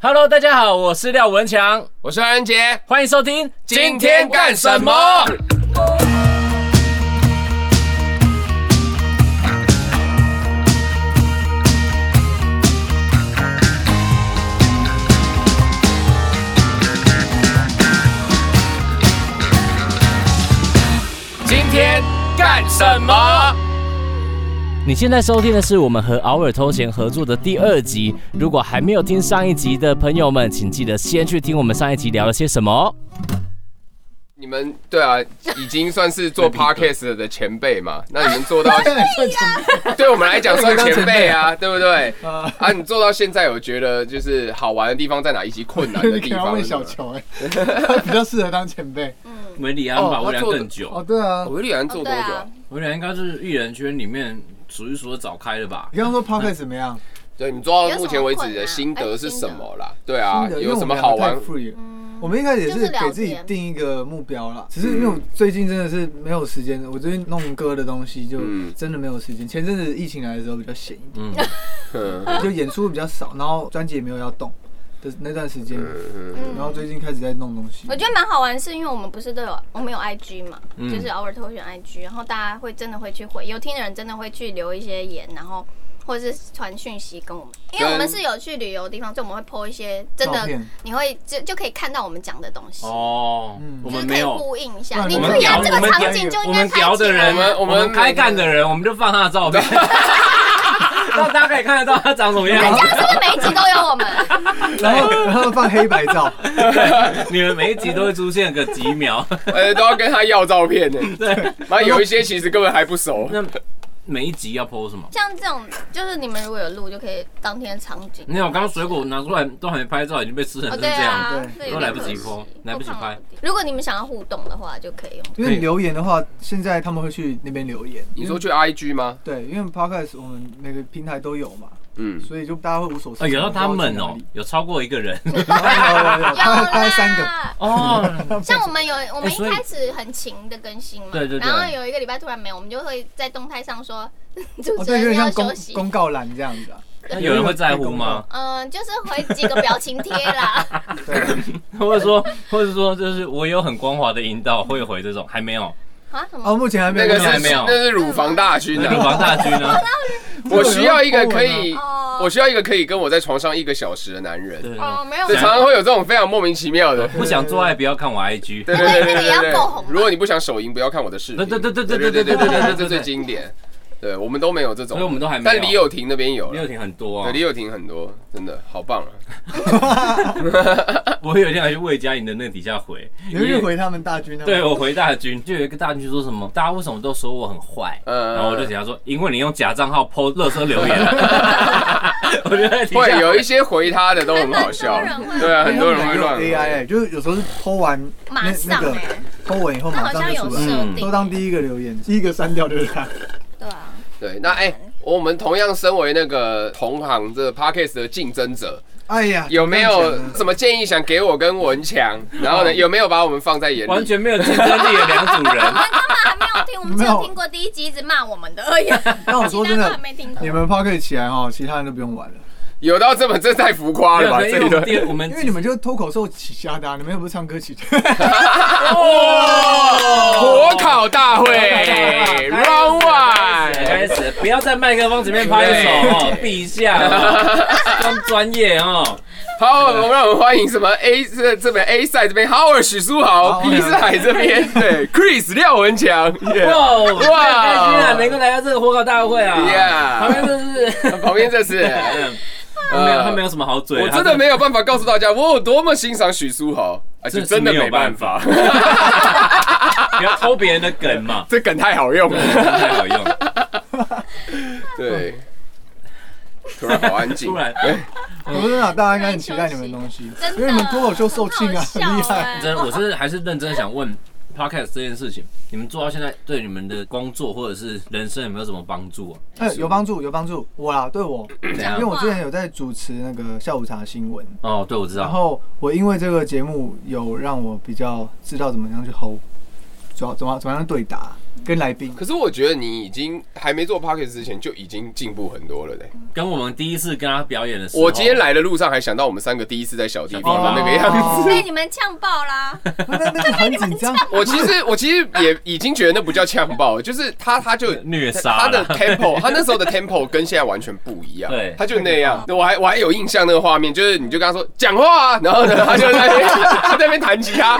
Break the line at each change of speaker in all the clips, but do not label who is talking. Hello，大家好，我是廖文强，
我是安杰，
欢迎收听。
今天干什么？今天干什么？
你现在收听的是我们和偶尔偷闲合作的第二集。如果还没有听上一集的朋友们，请记得先去听我们上一集聊了些什么哦。
你们对啊，已经算是 做 podcast 的前辈嘛？那你们做到，对我们来讲算前辈啊，对不对？啊，你做到现在有觉得就是好玩的地方在哪，以及困难的
你
地
可能要
方
问
是什
小
么？
乔 哎、他比较适合当前辈。
维里安吧，
哦
维里
他
安
做的
更久，
哦，对啊，
维利安做多久啊
哦？
维里安应该是艺人圈里面数一数二早开的吧
你。刚刚说 Pocket 怎么样？
对，你做到目前为止的心得是什么
哎
啦？对啊
新，的因为
有
我
什
们
么
两个
好玩
太？free 了我们一开始也
就是
是
聊
给自己
天
定一个目标啦，只是因为
嗯
我最近真的是没有时间，我最近弄歌的东西就
嗯
真的没有时间。前阵子疫情来的时候比较闲一
嗯，
嗯
点，就演出比较少，然后专辑也没有要动的那段时间，
嗯
然后最近开始在弄东西
我。觉得蛮好玩，是因为我们不是都有我们有 IG 嘛，
嗯
就是偶尔偷选 IG，然后大家会真的会去回，有听的人真的会去留一些言，然后或者是传讯息跟我们，因为我们是有去旅游的地方，所以我们会 po 一些真
照
的
片，
你会就就可以看到我们讲的东西，
哦
嗯，
我
就
们
是可
没
以
有，
呼应一下。
我
你
们
注意啊，
聊
这个
我们
场景就
我
应该
们
拍
聊
起
的
来
人，
们
啊。
我
我
们
们开干的人，我们就放他的 照片，让大家可以看得到他长什么
人
样
家。是 不是每一集都有我们？
然后然后放黑白 照，
你们每一集都会出现个几秒，
呃，都要跟他要照片呢。
对，
妈，有一些其实根本还不熟。
那每一集要 PO 什么？
像这种，就是你们如果有录，就可以当天场景。
你看我刚刚水果拿出来都还没拍照，已经被吃成
哦，
成
对
这样。
啊，
对
这有
都
点
来不及
可惜
po，来不及拍。
如果你们想要互动的话，就可以用。
因为留言的话，现在他们会去那边留言。
你说去 IG 吗？
对，因为 Podcast 我们每个平台都有嘛，
嗯，
所以就大家会无所适
啊，
从。
有到他们
不知道去哪
哦
里，
有超过一个人
有有有，大概大概三个。
个。
哦，
像我们有，我
欸
们
所
一
以
开始很勤的更新嘛，
对对对
然后有一个礼拜突然没有，我们就会在动态上说， 主
哦，
持
对，有
人
点
要
像
休
公
息。
公告栏这样子啊。
那 有人会在乎吗？
嗯，就是回几个表情 贴啦，
对，
或者说，或者说，就是我有很光滑的阴道，会回这种还没有。
啊什
哦，
么？
目前还没
那
有。
个
现在
是
没有
那是乳房大军
那
啊
个。王大军呢？
我需要一个可以，
哦
我需要一个可以跟我在床上一个小时的男人。
对，
哦，没有
这，常常会有这种非常莫名其妙的。
不想做爱，不要看我 IG。
对对对对
那个也
对
要
对
够红吧
如果你不想手淫，不要看我的视频。
对对对对
对
对
对
对对
对对
对
对，
对
这最经典。对，我们都没有这
所
种，
以我们都还没有
但李友廷那边有
李
了
友。廷很多
对，
啊
李，友廷很多，真的好棒啊！
我有一天还去魏佳莹的那个底下回，
你会去
啊
回他们大军他们
对，我回大军，就有一个大军说什么，大家为什么都说我很坏？
嗯
然后我就底下说，因为你用假账号 PO 乐色留言。我就在底下哎
会有一些回他的都很好笑
还蛮多人，会
对啊，很多人
他
会
们有
乱回
AI，哎就是有时候是剖完那
马
那
上
个
哎，
剖完以后
那
马
好像
上
有
就出
设
来，
定，
都当第一个留言，第一个删掉就是他。
对啊，
对，那哎、我们同样身为那个同行这 podcast 的竞争者，
哎呀，
有没有
怎么样讲呢
什么建议想给我跟文强？然后呢，有没有把我们放在眼里？
哦完全没有竞争力的两 组人。
还没有听，我们只有听过第一集一直骂我们的而已，
那 我说真
其他都还
的，
没听过
你。们 p o c k e t 起来哈，其他人都不用玩了，
有到这么这太浮夸
没
了
有
吧？
因
这
为
一
我们第
轮
我们
因为你们就是脱口秀起家的啊，你们又不是唱歌起家。
哦
火烤大会哎 round
开
one，
始，不要在麦克风前面拍手哦，陛下 哦，装专业哦。
好，我们让我们欢迎什么 A 这这边 A 赛这边 Howard 许书豪
好
，B 赛这边对 Chris 廖文强，yeah，
哇
哇
哇，太开心了，啊能够来到这个火烤大会啊！
Yeah
旁边真是，
旁边这是。呃
嗯他没有他没有什么好嘴，
我真的没有办法告诉大家我有多么欣赏许书豪，而且真的没办法，，
他不要偷别人的梗嘛
这梗太好用
对
了。
真的太好用了。
对，突然好安静
突。然，
我说真的啊，大家应该很期待你们的东西，
真的
因为你们脱口秀受罄啊，很
好
厉
笑
害。
哎
真的我真的还是认真想问 podcast 这件事情，你们做到现在对你们的工作或者是人生有没有什么帮助啊？
哎，有帮助，有帮助，我啦，对我，
样
因为我之前有在主持那个下午茶新闻，
哦，对，我知
然
道，
后我因为这个节目有让我比较知道怎么样去 hold，主要怎么怎么样对答，跟来宾。
可是我觉得你已经还没做 p o c k e t 之前就已经进步很多了嘞、
跟我们第一次跟他表演的时候，
我今天来的路上还想到我们三个第一次在小地方的那个样子。
哦
被你们呛爆 啦！
那那那很紧张，
我其实我其实也已经觉得那不叫呛爆，就是他他就
虐杀
他的
啦
tempo，他那时候的 tempo 跟现在完全不一样，
对
他就那样。我还我还有印象那个画面，就是你就跟他说讲话啊，然后呢他就在那边 他在那边弹吉他，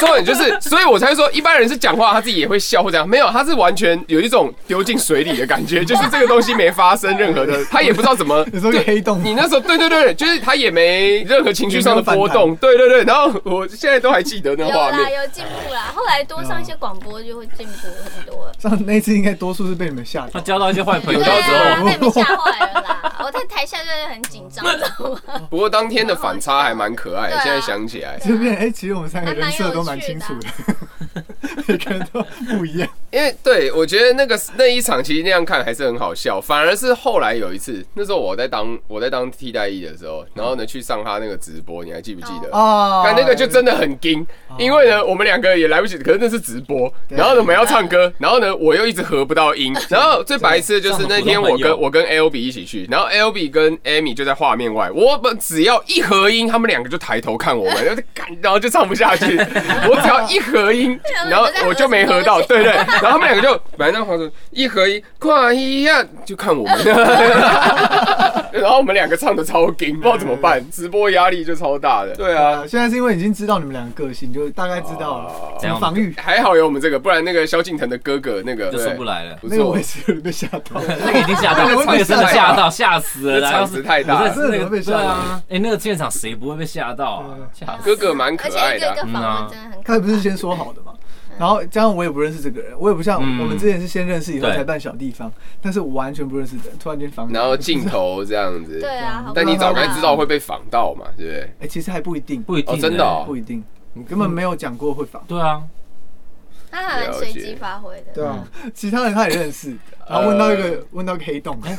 重点就是，所以我才会说一般人是讲话他自己也会笑或怎样，没有，他是完全有一种丢进水里的感觉，就是这个东西没发生任何的，他也不知道怎么
有时候一个黑洞。
你那时候对对对，就是他也没任何情绪上的波动，对对对。然后我现在都还记得那
有
个画
啦，
面，
有进步啦。后来多上一些广播就会进步很多了。
上那次应该多数是被你们吓
他
到，
交到一些 坏朋友
对
之
啊，
后，
被你们吓坏了啦！我在台下就是很紧张，知道吗？
不过当天的反差还蛮可爱的
对，啊
现在想起来，
就变哎，其实我们三个人设都蛮清楚的， 每个人都不 一样。
因为对我觉得那个那一场其实那样看还是很好笑，反而是后来有一次，那时候我在当我在当替代役的时候，然后呢去上他那个直播，你还记不记得？
哦，
但啊那个就真的很惊，因为呢，我们两个也来不及，可是那是直播，
对
然后呢我们要唱歌，然后呢我又一直合不到音，然后最白痴的就是那天我
这样
跟
很
我跟 L B 一起去，然后 L B 跟 Amy 就在画面外，我们只要一合音，他们两个就抬头看我们，然后就干然后就唱不下去，我只要一合音，然后我就没合到，对对，然后他们两个就反正黄总一合音，快一样就看我们， 然后我们两个唱的超惊，不知道怎么办，直播压力就超大的，对啊
啊，。现在是因为已经知道你们两个个性，就大概知道了怎么防御。
还好有我们这个，不然那个萧敬腾的哥哥那个
就出不，来了。
对不
那个
错
我也。是有点被吓到，
那个已经吓到，
那个
那个真的吓到，吓死 了。
那
然
场
后
子太大了
不是那
真的
个
被吓
对
到
啊，哎，那个现场谁不会被吓到啊？吓死！
哥哥蛮可
而且
爱
一
的啊
个一个，
嗯
访问真的很可
他不是先说好的嘛？然后加上我也不认识这个人，我也不像
嗯
我们之前是先认识以后
对
才办小地方，但是我完全不认识的人，突然间防
然后镜头这样子。
对啊，好可怕
但你早该知道会被仿到嘛，对不对？
哎、其实还不一定，
不一定欸
哦真的哦
不一定，根本没有讲过会防。
对啊，
他还蛮随机发挥的。
对啊，其他人他也认识，然后问到一个问到一个黑洞，哎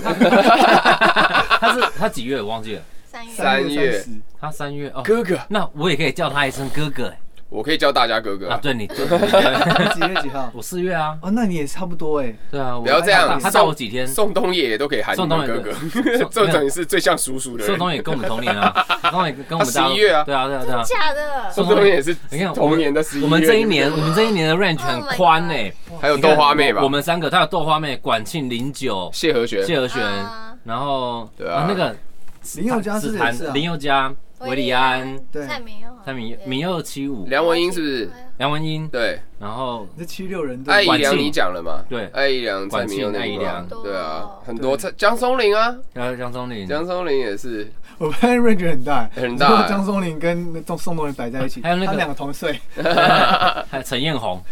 他是他几月我忘记了，
三
嗯
月
三月
30
他三月哦。
哥哥，
那我也可以叫他一声哥哥哎
我可以叫大家哥哥
啊！
啊。
对 你，对你对
几月几 号？
我四月啊，
哦，那你也差不多哎、
对啊，
不要这样，
他大我几天，
宋冬野也都可以喊你
宋冬
们
野
哥哥
对，宋
这
没有
种也是最像叔叔的
宋
人。
冬野跟我们同年 啊，宋冬野跟我们
他
大陆
11月啊
对啊对啊对啊，
假的，
宋冬野也是
你看我
童
们
年的十一月。
我们这一年，我们这一年的 range 很宽哎，
还有豆花妹吧
我，们三个，他有豆花妹、管庆、零九、
谢和弦，
谢和弦
啊，
然后
对啊
那个
林宥嘉是不是也是啊
林？宥嘉、韦礼安、
对，
蔡明佑，
蔡明明佑七五、
梁文音是不是？
梁文音，
对，
然后
这七六人
艾
队
怡
管
良
庆
你讲了嘛？
对
艾怡良、蔡
管
明佑
庆
那
艾怡
个嘛
良
对啊，很
对
多蔡江松林啊，
然后江松林，
江松林也是。
我发现 range 很大、欸，
很大欸
如果张松林跟宋宋冬野摆在一起，
还有那个
他们两个同岁，
还有陈彦宏，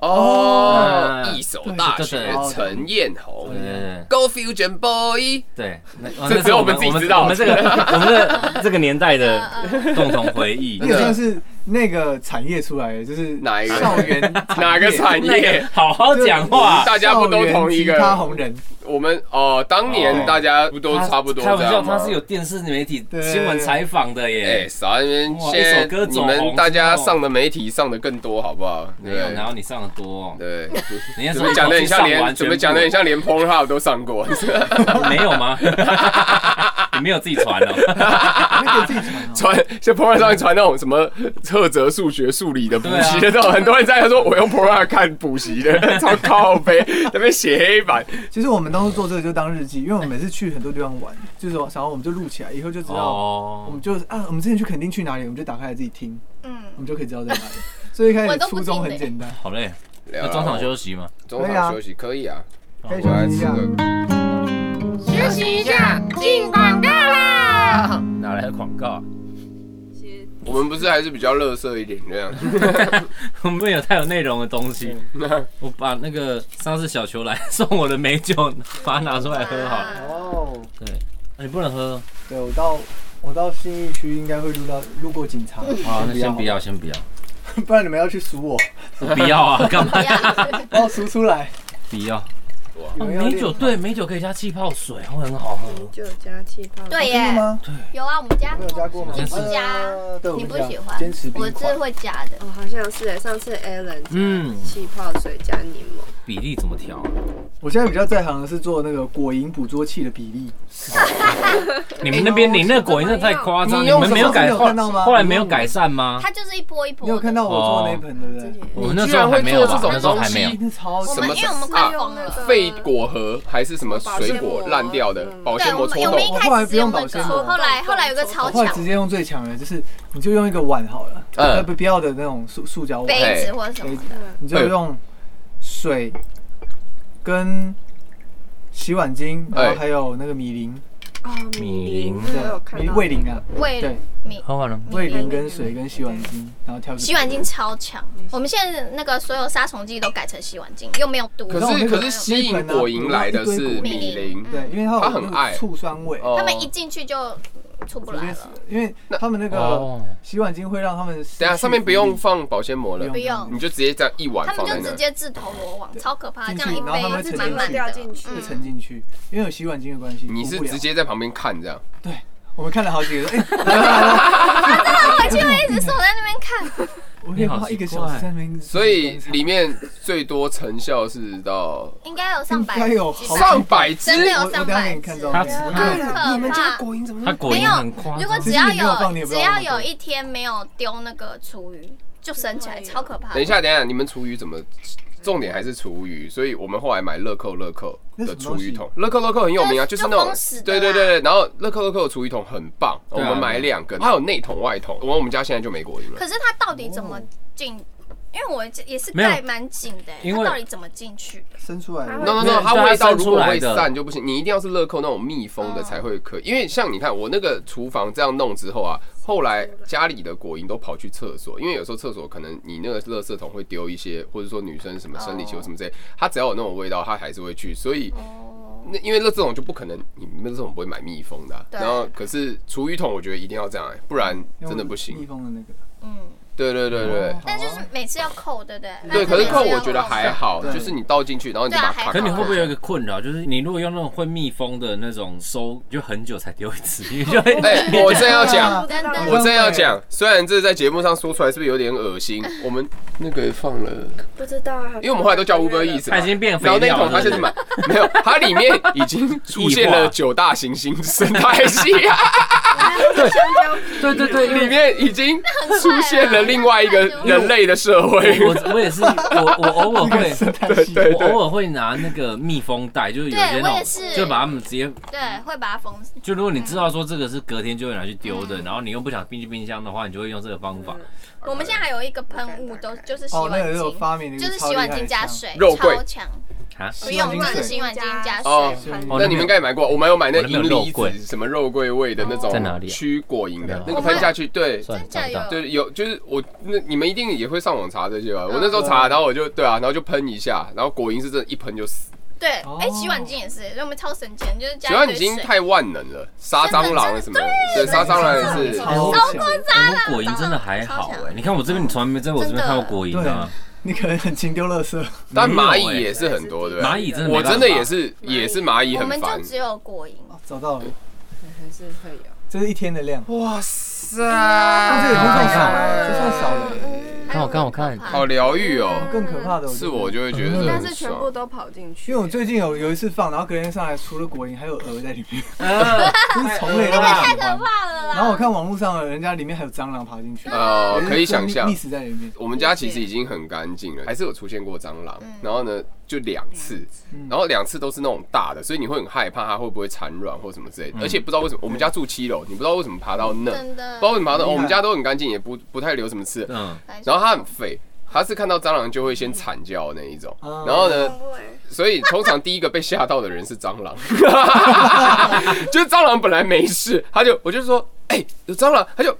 哦，
嗯
一手大学陈彦宏
对对对
，Go Fusion Boy，
对， 那哦那
这只有
是
我们自己知道
我们这 个我们的这个年代
呃
的
嗯
共同回忆
那，
真
个
的
算是那个产业出来的，就是
哪一个
校园
哪 个产
那
业
个？好好讲话。
大家不都同一个
他 红人，
我们哦，当年
哦
大家不都差不多
开
这
玩笑，
样
他
吗
是？有电视媒体
对
新闻采访的
哎，
耶。
啥？因为
哇一
现
首歌
在你
走
们
红
大家
之后
上的媒体上的更多，好不好？
没有，
对
然后你上的多哦，
对，
你那时
怎
候
么讲的很像
上完
连
全
怎
部
么讲的很像连 p o r n h u b 都上过，
没有吗？你没有自己传哦。
那个自己传哦。
传就 p o r n h u b 上面传那种什么赫哲数学、数理的补习的
对啊
那种，很多人在那说我用 p o r n h u b 看补习的， 超靠背，那边写黑板，
其实我们当时做这个就当日记，因为我们每次去很多地方玩，就是想要我们就录起来，以后就知道，我
哦
们，就啊，我们之前去垦丁去哪里，我们就打开来自己听，我
嗯，
们就可以知道在哪里。所以一开
我
始
都不
初衷
听的
很简单，
好累，要中场休息吗？
啊中
可以啊
场休息可以啊，
欸
可以
我来
休息一
吃
下。
个。
休息一下，进广告啦！
哪来的广告啊？
我们不是还是比较乐色一点这 样，
啊
我们有太有内容的东西。
嗯
我把那个上次小球来 送我的美酒，把它拿出来喝好了。
哦，
你哎不能喝
对我到我到信义区应该会录到路过警察，
啊，那
先
先
不
不要，先不要，
不然你们要去数我，
不要 啊，干嘛
不？要
把我数出来。
不要。哦
有人要
美酒
练
对，美酒可以加气泡水，会很好喝。
就加气泡。
真
对
的
耶，
吗？
有啊，我们家
我没有加过吗？
我
不加
啊对，我
你不
加
喜欢
坚持，冰
我是
块。
会加的。
欸
哦，好像是哎，上次 Alan
嗯
嗯，气泡水加柠檬，
比例怎么调啊？
我现在比较在行的是做那个果蝇捕捉器的比例，
你们那边你那个果蝇真的太夸张，
你
你
用
们没有
手机
改
有
后
看到吗
后来没有改善吗？
它就是一波一波
你
的。
有看到我做那一盆对不对？
我们那时候还没有吧，那时候还没有
那超
我
什
们
么
因为我们快疯了。
废果核还是什么水果烂掉的保
对，啊
鲜
我
膜
们
抽
我们一
动
开始是用那个，
我
后来后来有个超
我后来
巧
直接用最强的，就是你就用一个碗好了，
嗯
呃不不要的那种塑塑胶碗，
杯子或者什么的，
你就用水跟洗碗巾，
哎
然后还有那个米铃，
啊，
哦
米
米
林
这个有看
米
到
味淋啊，
喂
对，
米
喝完了，
味淋跟水跟洗碗巾，然后挑
洗碗巾超强。我们现在那个所有杀虫剂都改成洗碗巾，又没有毒。
可
然后
是
那个
可是吸引果蝇来的是米林，
对，因为它
它
有
很
那
爱
个醋酸味，
哦
他们一进去就出不
直
来
接死
了，
因为他们那个
哦
洗碗巾会让他们失去
等一下啊上面不用
浮力
放保鲜膜了
不，用嗯
你，就直接这样一碗
他们
放在
就
那
直。接自投罗网，超可怕，
进
这
去
样一
然后他们
杯
会
满满
掉
的。
进去，
会
嗯
沉进去，因为有洗碗巾的关系，
你是
浮不了
直接在旁边看这样，
对，我们看了好几个，哎，
他就会一直守在那边看，
我可以花一个小时在那边，
所以里面最多成效是到
应该有上百，
应该有好
上百只
真的有
我
上
我等下给
百只
你看照
它
片，
对
可
了，
怕
你们家果蝇怎么那
它
么
果
没
蝇
有
很夸
如果
张，
只
其实
要
你没有放你也
有
不
只
知道
要
吗
有一天没有丢那个厨余，就升起来，超可怕。
等一，下，等一下，你们厨余怎么？重点还是厨余，所以我们后来买乐扣乐扣的厨余桶，乐扣乐扣很有名啊，就是那
就
种
封死的
对
啦
对对对，然后乐扣乐扣的厨余桶很棒，我
啊
们买两根，它有内桶外桶，我我们家现在就没果蝇了。
可是它到底怎么进？因为我也是
没有
盖蛮紧的，
因
它
为
到底怎么进去？
伸出来的
no no
没
no，
有
它
对它
味道
散
如
出
果
来
会
的
散就不行，你一定要是乐扣那种密封
嗯
的才会可以。因为像你看我那个厨房这样弄之后啊，后来家里的果蝇都跑去厕所，因为有时候厕所可能你那个垃圾桶会丢一些，或者说女生什么生理
哦
期或什么之类，它只要有那种味道，它还是会去。所以那因为垃圾桶就不可能，你们垃圾桶不会买密封的啊、
对
然后可是厨余桶我觉得一定要这样、欸，不然真的不
密
行。
封的那个，哦
嗯，
对对对对。
但就是每次要扣，对不对？
对，
那
可是
每次
扣
要
我觉得还好，
对
就是你倒进去，然后你就
对啊
把
还
它
好
可
卡
你
卡
会不会有一个困扰，就是你如果用那种会密封的那种收，就很久才丢一次， 你就会
哎、 我正要讲，
哦
真的
我正要讲，虽然这在节目上说出来是不是有点恶 心？我们那个放了，
不知道啊，
因为我们后来都叫 Uber Eats，嘛
它已经变肥
然后那
料
桶它
了
是什么？没有，它里面已经出现
异
了
化
九大行星生态系，啊
对对对，因
里
为
面已经出
啊
现了另外一个人类的社会。
我我也是，我我偶尔会。
生态系
对
我偶尔会拿那个密封袋，就是有些
对我
那
也
种，
是
就把它们直接，
对，会把它封死。
就如果你知道说这个是隔天就会拿去丢
嗯
的，然后你又不想冰进冰箱的话，你就会用这个方法。
我们现在还有一个喷雾，都就是洗
哦，
碗
那个是我
巾，
发明的，
就是洗碗巾加，水，
肉桂
超强，
啊，
不用，
洗碗
就
巾
是洗碗巾加
哦
水。
哦
那你们应该也买过，我们有买那
我那边
银
有肉
离
桂
子什么肉桂味的那种，
在哪里啊
驱果蝇的
在哪里
那个喷下去，对，
算了，
真的
找不到
有
对，有就是我那你们一定也会上网查这些
啊
吧？我那时候查，然后我就对啊，然后就喷一下，然后果蝇是真的一喷就死。
对，
哦
哎，洗碗巾也是，因为我们超省钱，就是加
喜欢
一
已
堆
经
水。
太万能了，杀蟑螂啊什么的，对，杀蟑螂也是。
超强，
啊
我哎果蝇真的还好
超
哎、
强
你看我这边，你从来没在我这边看过果蝇啊，
你可能很勤丢垃圾，
但蚂蚁也是很多，对不对？
蚂蚁真的没
我
办法
真的也是也是蚂蚁
我
很
们
烦
就。只有果蝇，
找到了，
还是会有。
这是一天的量，
哇塞！
那这个已经算少了，这算少了，
还有
我看我看
很可怕
好疗愈哦，
更可怕的
是我
觉得。
就会觉得这
但
很
是全部
爽。
都跑进去，
因为我最近有有一次放，然后隔天上来除了果蝇，还有蛾在里 面，
嗯
啊
就是虫类都
太
喜
太可
欢。
怕了啦。
然后我看网络上人家里面还有蟑螂爬进去，
呃，可以想象
溺，死在里面。
我们家其实已经很干净了，还是有出现过蟑螂，然后呢就两次，
嗯
然后两次都是那种大的，所以你会很害怕它会不会产卵或什么之类的，而且不知道为什么我们家住七楼，你不知道为什么爬到那，
真的
不知道为什么爬到，
厉害
我们家都很干净，也不不太留什么刺，
嗯，
然后它很废，它是看到蟑螂就会先惨叫的那一种，
哦
然后呢，
欸
所以通常第一个被吓到的人是蟑螂， 就是蟑螂本来没事，他就我就说，哎、有蟑螂，他就啊，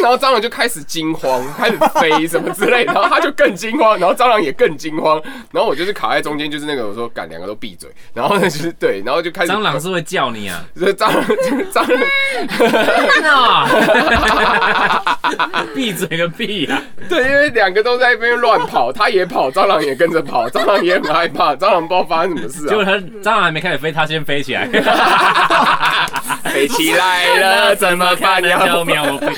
然后蟑螂就开始惊慌，开始飞什么之类，然后他就更惊慌，然后蟑螂也更惊慌，然后我就是卡在中间，就是那个我说赶两个都闭嘴，然后呢就是对，然后就开始
蟑螂，是会叫你 啊，
就是蟑螂， 蟑螂。
真的哦，闭嘴个屁啊 呀、
对，因为两个都在那边乱跑，他也跑，蟑螂也跟着跑，蟑螂也很害怕，蟑螂不知道发生什么事
结果
啊，
它蟑螂还没开始飞，它先飞 起来，
飞起来 了怎么办
喵
哎 呀？
喵，我飞，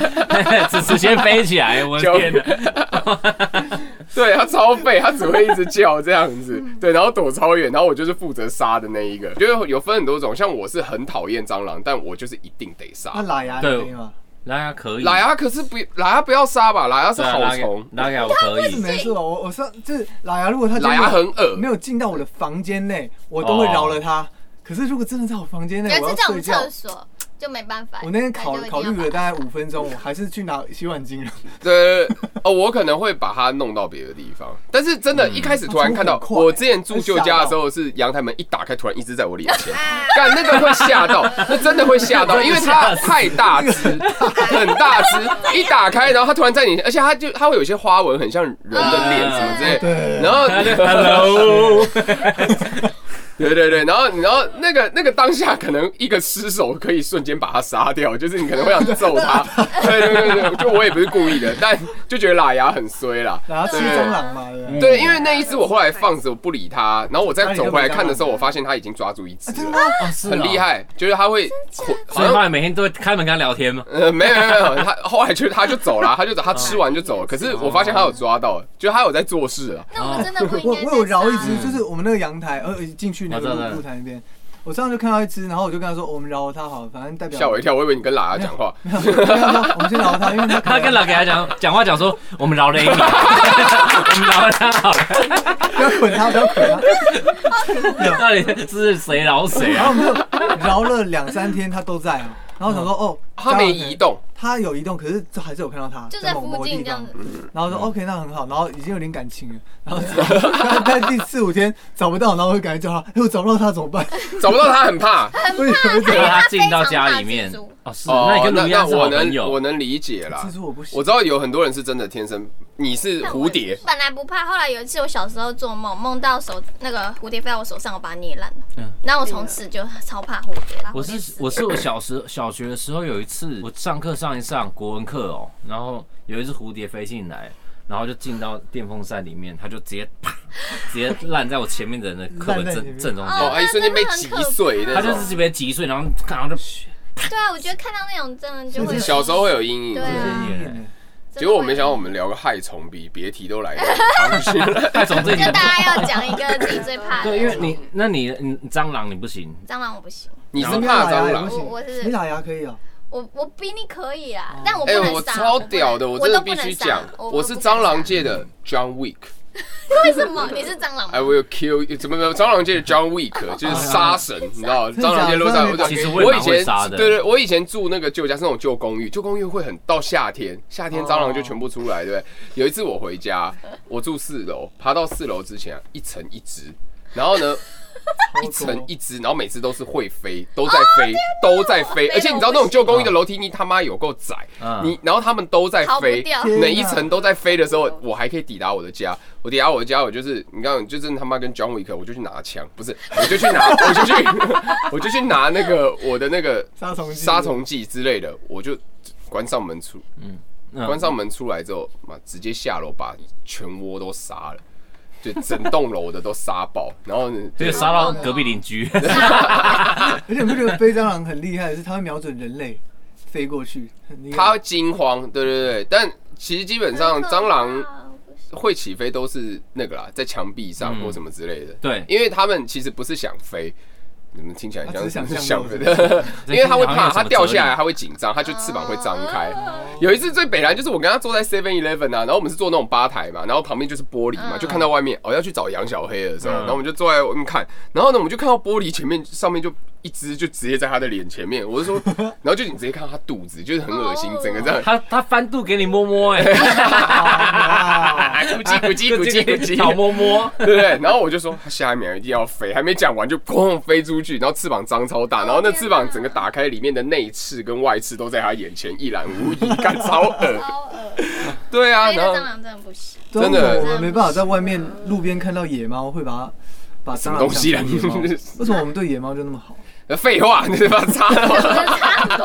只是先飞起来，我的
就
天哪！
对 对他超废，他只会一直叫这样子，
嗯
对，然后躲超远，然后我就是负责杀的那一个。觉得有分很多种，像我是很讨厌蟑螂，但我就是一定得
那
杀。
拉牙你可以吗？
拉牙可以，
拉牙可是不，拉牙不要杀吧，拉牙是
对啊
好
拉牙
虫，
拉牙我可
是
以，
没错，我我上就是拉牙，如果他
拉牙很恶哦
没有进到我的房间内，我都会饶了他。可是如果真的在我房间内，
可
我
是
要
这
睡
种
觉。
厕所就没办法。
我那天考
就一定
考
要
虑了
把
大概五分钟，我还是去拿洗碗巾了。
对，哦，我可能会把它弄到别的地方，但是真的，一开始突然看到
它，冲很快
我之前住旧家的时候是阳台门一打开，突然一只在我脸前，干那个会吓到，那真的会吓到，因为它太大只，很大只，一打开，然后它突然在你，而且它就它会有一些花纹，很像人的脸什么之类的，
对
然后
Hello，
对对对，然后然后那个那个当下可能一个失手可以瞬间把他杀掉， 就是你可能会想揍 他，对对对对，就我也不是故意的，但就觉得喇牙很衰啦。
然后吃蟑螂嘛，对不
嗯
对
对，因为那一只我后来放着，我不理它，然后我再走回来看的时候，我发现它已经抓住一只
啊
了，
哦
很厉，害，就是它会捆，好
哦所以后
像
来每天都会开门跟他聊天嘛，
呃没有没有没有，它后来就它就走了，它就走，
啊
它吃完就走了。可是我发现它有抓到，就它有在做事啊了。
那我们真的不应
我
该。
我有饶一只，
啊
嗯
就是我们那个阳台，呃，进去那
我知道
个露台那边，我上次就看到一只，然后我就跟他说，我们饶了它好了，反正代表
吓我一跳，我以为你跟喇牙讲话，
啊没有没有啊我们先饶了它，因为它
他跟老给他讲讲话讲说，我们饶 了一秒，我们饶了他好了，
不要捆它，不要捆它，
到底是谁饶谁
然
哦
啊？
后我们就饶了两三天，它都在啊。然后想说，哦，
它没移，动，
它有移动，可是还是有看到它，
就在
某
附
某
近
地
这样
方
子。，
然后
嗯
说 OK，那很好，然后已经有点感情了，然 后在第四五天找不到，然后我就赶紧叫他，哎，我找不到他怎么 办？
找不到它很怕。
我也不知
让
道。
他进到家里面，哦是，
哦
那你跟
那
卢亚
哦那
是
我
好朋
能我
友，
能理解 啦
蜘。蛛我不行，
我知道有很多人是真的天生，你是蝴蝶，
本来不怕，后来有一次我小时候做梦，梦到手那个蝴蝶飞到我手上，我把它捏烂了。
嗯
然后我从此就超怕蝴蝶啦。
我
蝴蝶
是
死
我是我小时小学的时候有一次，我上课上一上国文课哦，然后有一只蝴蝶飞进来，然后就进到电风扇里面，它就直接啪，直接烂在我前面的人的课本
烂在里
正
面
正中
哦，
哦
间，
啊一瞬间被击碎那
它
种
就。是特别击碎，然后然后就
对啊，我觉得看到那种真的就会有
小时候会有阴影
对，啊，
结果我没想到我们聊个害虫比，别提都来了。
太从这
真
里
的会。就大家要讲一个自己最怕的。
对，因为你那你你你蟑螂你不行，
蟑螂我不行，
你是
你
怕
拉牙
蟑
也不
螂？
行，
我我是
你拉牙可以啊，
我我比你可以啦，但我不
哎、
能杀。
我超屌的，
我
我
不
真的
能
必须
我都不能
讲
杀，我
我是蟑螂。界的 John Wick，I
我不能杀为什么你是蟑螂吗？
will kill you，怎么没有？蟑螂界的 John Wick 就是杀神，你知道？
真的
蟑螂界路上，
真的
我
其实我也
我以
蛮会
前
杀的
对对，我以前住那个旧家是那种旧公寓，旧公寓会很到夏天，夏天蟑螂就全部出来，对不对？有一次我回家，我住四楼，爬到四楼之前啊一层一只，然后呢？一层一只，然后每次都是会飞，都在飞，都在飞，而且你知道那种旧公寓的楼梯，你他妈有够窄，
嗯
你然后他们都在
逃不
飞
掉，
每一层都在飞的时候，我还可以抵达我的家。我抵达我的家，我就是你刚刚就真的他妈跟 John Wick，我就去拿枪，不是，我就去拿，我就去， 我就去拿那个我的那个
杀虫剂
杀虫剂之类的，我就关上门出，
嗯
关上门出来之后，妈直接下楼把全窝都杀了。就整栋楼的都杀爆，然后呢
就杀到隔壁邻居，
而且你不觉得飞蟑螂很厉害的是，它会瞄准人类 飞过去，很厉害
它会惊慌，对对对，但其实基本上
啊
蟑螂会起飞都是那个啦，在墙壁上
嗯
或什么之类的，
对，
因为他们其实不是想飞。你们听起来
啊只
像
是想
是
象
想
肉
飞
是
的，因为它会怕，
好像有什么
它掉下
哲
来
理
它会紧张，它就翅膀会张开。有一次最北南就是我跟他坐在 Seven Eleven 啊，然后我们是坐那种吧台嘛，然后旁边就是玻璃嘛，就看到外面哦要去找杨小黑的时候，
嗯
然后我们就坐在外面哦看，然后呢我们就看到玻璃前面上面就一只就直接在他的脸前面，我就说，然后就你直接看到他肚子，就是很恶心，整个 这样，
他他翻肚给你摸摸哎，
哇
哎咕叽咕 叽咕叽咕叽，
好摸摸，
对不对？然后我就说它下一秒一定要飞，还没讲完就砰飞出去，然后翅膀张超大，然后那翅膀整个打开，里面的内翅跟外翅都在它眼前一览无遗，干超恶。
超恶，
对 啊，
飞的
然
蟑
后
螂真的不行。
真的
我们没办法在外面路边看到野猫，会把它把蟑
么
螂
东西啊
想成野猫 为什么我们对野猫就那么好？
废话，你把它插了。
差不多，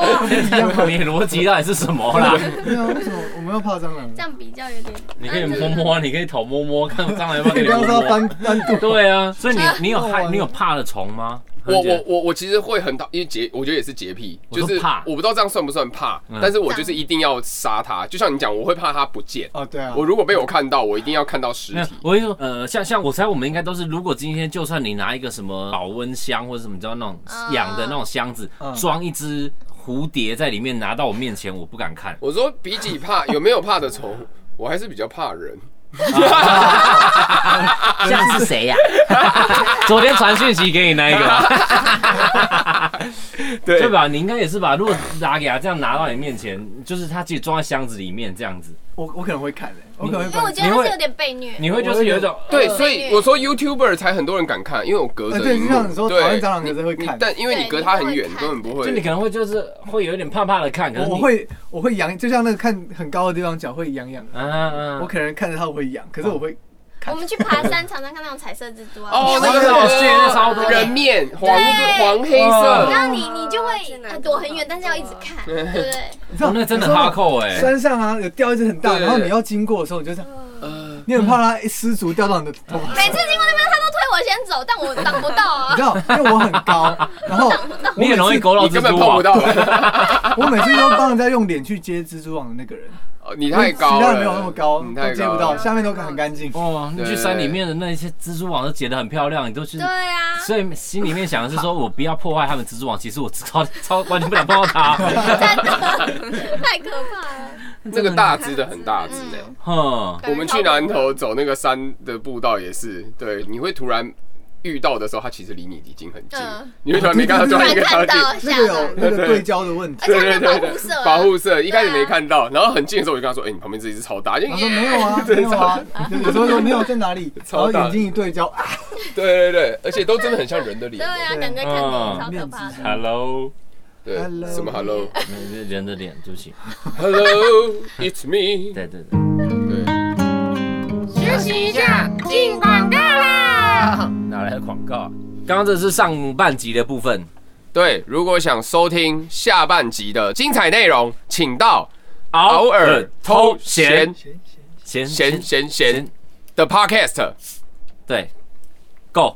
你逻辑到底是什么啦？
对啊，为什么我们要怕蟑 螂
这？样比较有点。
你可以摸摸啊，你可以头摸摸，看蟑螂要不要
你
给你
刚
摸
刚说它
摸。
翻翻肚，
对啊，所以你你有
好
害
玩
你有怕的虫吗？
我
很简
我
单
我我其实会很讨，因为洁，我觉得也是洁癖，
我
就是
都怕
我不知道这样算不算怕，
嗯
但是我就是一定要杀它。就像你讲，我会怕它不见。
哦，对啊，
我如果被我看到，我一定要看到实
没有
体。
我跟你说，呃，像像我猜我们应该都是，如果今天就算你拿一个什么保温箱或者什么，你知道那种
嗯
养的那种箱子
嗯，
装一只蝴蝶在里面拿到我面前，我不敢看。
我说比起怕有没有怕的虫，我还是比较怕人。
像是谁 呀？
昨天传讯息给你那一个 吧，
啊对吧？你应该也是吧？如果拿给他这样拿到你面前，就是他自己装在箱子里面这样子，
我我可能会看的，我可能会
因为
看。
我觉得他是有点被虐，
你会就是有一种
对，
呃
所以我说 YouTuber 才很多人敢看，因为我隔着
呃对
荧幕
就像你说
对
讨厌蟑螂
你
可是会看
你但因为你
对
隔它很
你会
远，
看
根本不
就你
会。
可能会就是会有一点怕怕的看，可是
我
你
会我会痒，就像那个看很高的地方脚会痒痒的，
啊啊，
嗯
我可能看着它我会痒，可是我会
我们去爬山常常看那种彩色蜘蛛啊，
哦，那
那
个
个好炫那超多的
人面黄黄黑
哇
色，
然后你你就会呃躲很远，但是要一直看，对不对？
你知
哦
道
那真的
有时候
哈扣哎，
山上啊有掉一只很大，
欸对对
然后你
对
要经过的时候你就这样，
呃，
你很怕它一失足掉到你的头发上。
每次经过那边，他都推我先走，但我挡不到
你
啊
知。道，因为我很 高，然后
你很容易勾到
你
蜘
根本
蛛
碰不
网。
到，
啊我每次都帮人家用脸去接蜘蛛网的那个人，
哦你太
其
高
他
了，
人没有那么高，
你
都
太
接
高
不到，
了。
下面都很干净。
哦，你去山里面的那些蜘蛛网都结得很漂亮，你都去
对。啊，
所以心里面想的是说，我不要破坏他们蜘蛛网。其实我超超完全不想碰到它。
真的太可怕了。
那个大只的很大只呢、
嗯，
哼，
感觉
我们去南头走那个山的步道也是，对，你会突然遇到的时候，它其实离你已经很近，
嗯
你会突然没看到，突
突
然
然
一个
看
超近。
到
那
吓
个
到哎
有，那个对焦的问题，
而且还没有保护色啊，
保护色一开始没看到，然后很近的时候我就跟他说：“哎、你旁边这一只超大。”就
他说没 有啊，没有啊，有时候说没有在哪里，然
超
后
大
眼睛一对焦，啊，
对对对，而且都真的很像人的
对
脸。
啊，感觉看
嗯
你超可怕啊的。
Hello，
对
Hello
什么 hello，hello，it's
人的脸，对不起，
me。
对对对，
对，
休息一下，进广告啦！
哪来的广告啊？刚刚这是上半集的部分，
对，如果想收听下半集的精彩内容，请到
偶
偶尔偷闲
闲
闲闲闲的 podcast。
对，Go。